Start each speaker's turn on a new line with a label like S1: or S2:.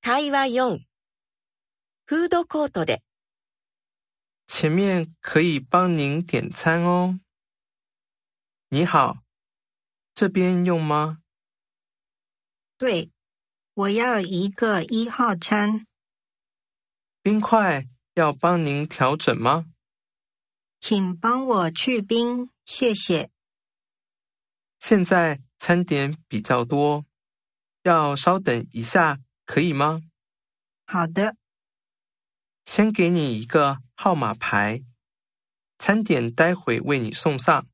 S1: 会話4。フードコートで
S2: 前面可以帮您点餐哦。你好，这边用吗？
S3: 对，我要一个一号餐，
S2: 冰块要帮您调整吗？
S3: 请帮我去冰，谢谢。
S2: 现在餐点比较多，要稍等一下，可以吗？
S3: 好的，
S2: 先给你一个号码牌，餐点待会为你送上。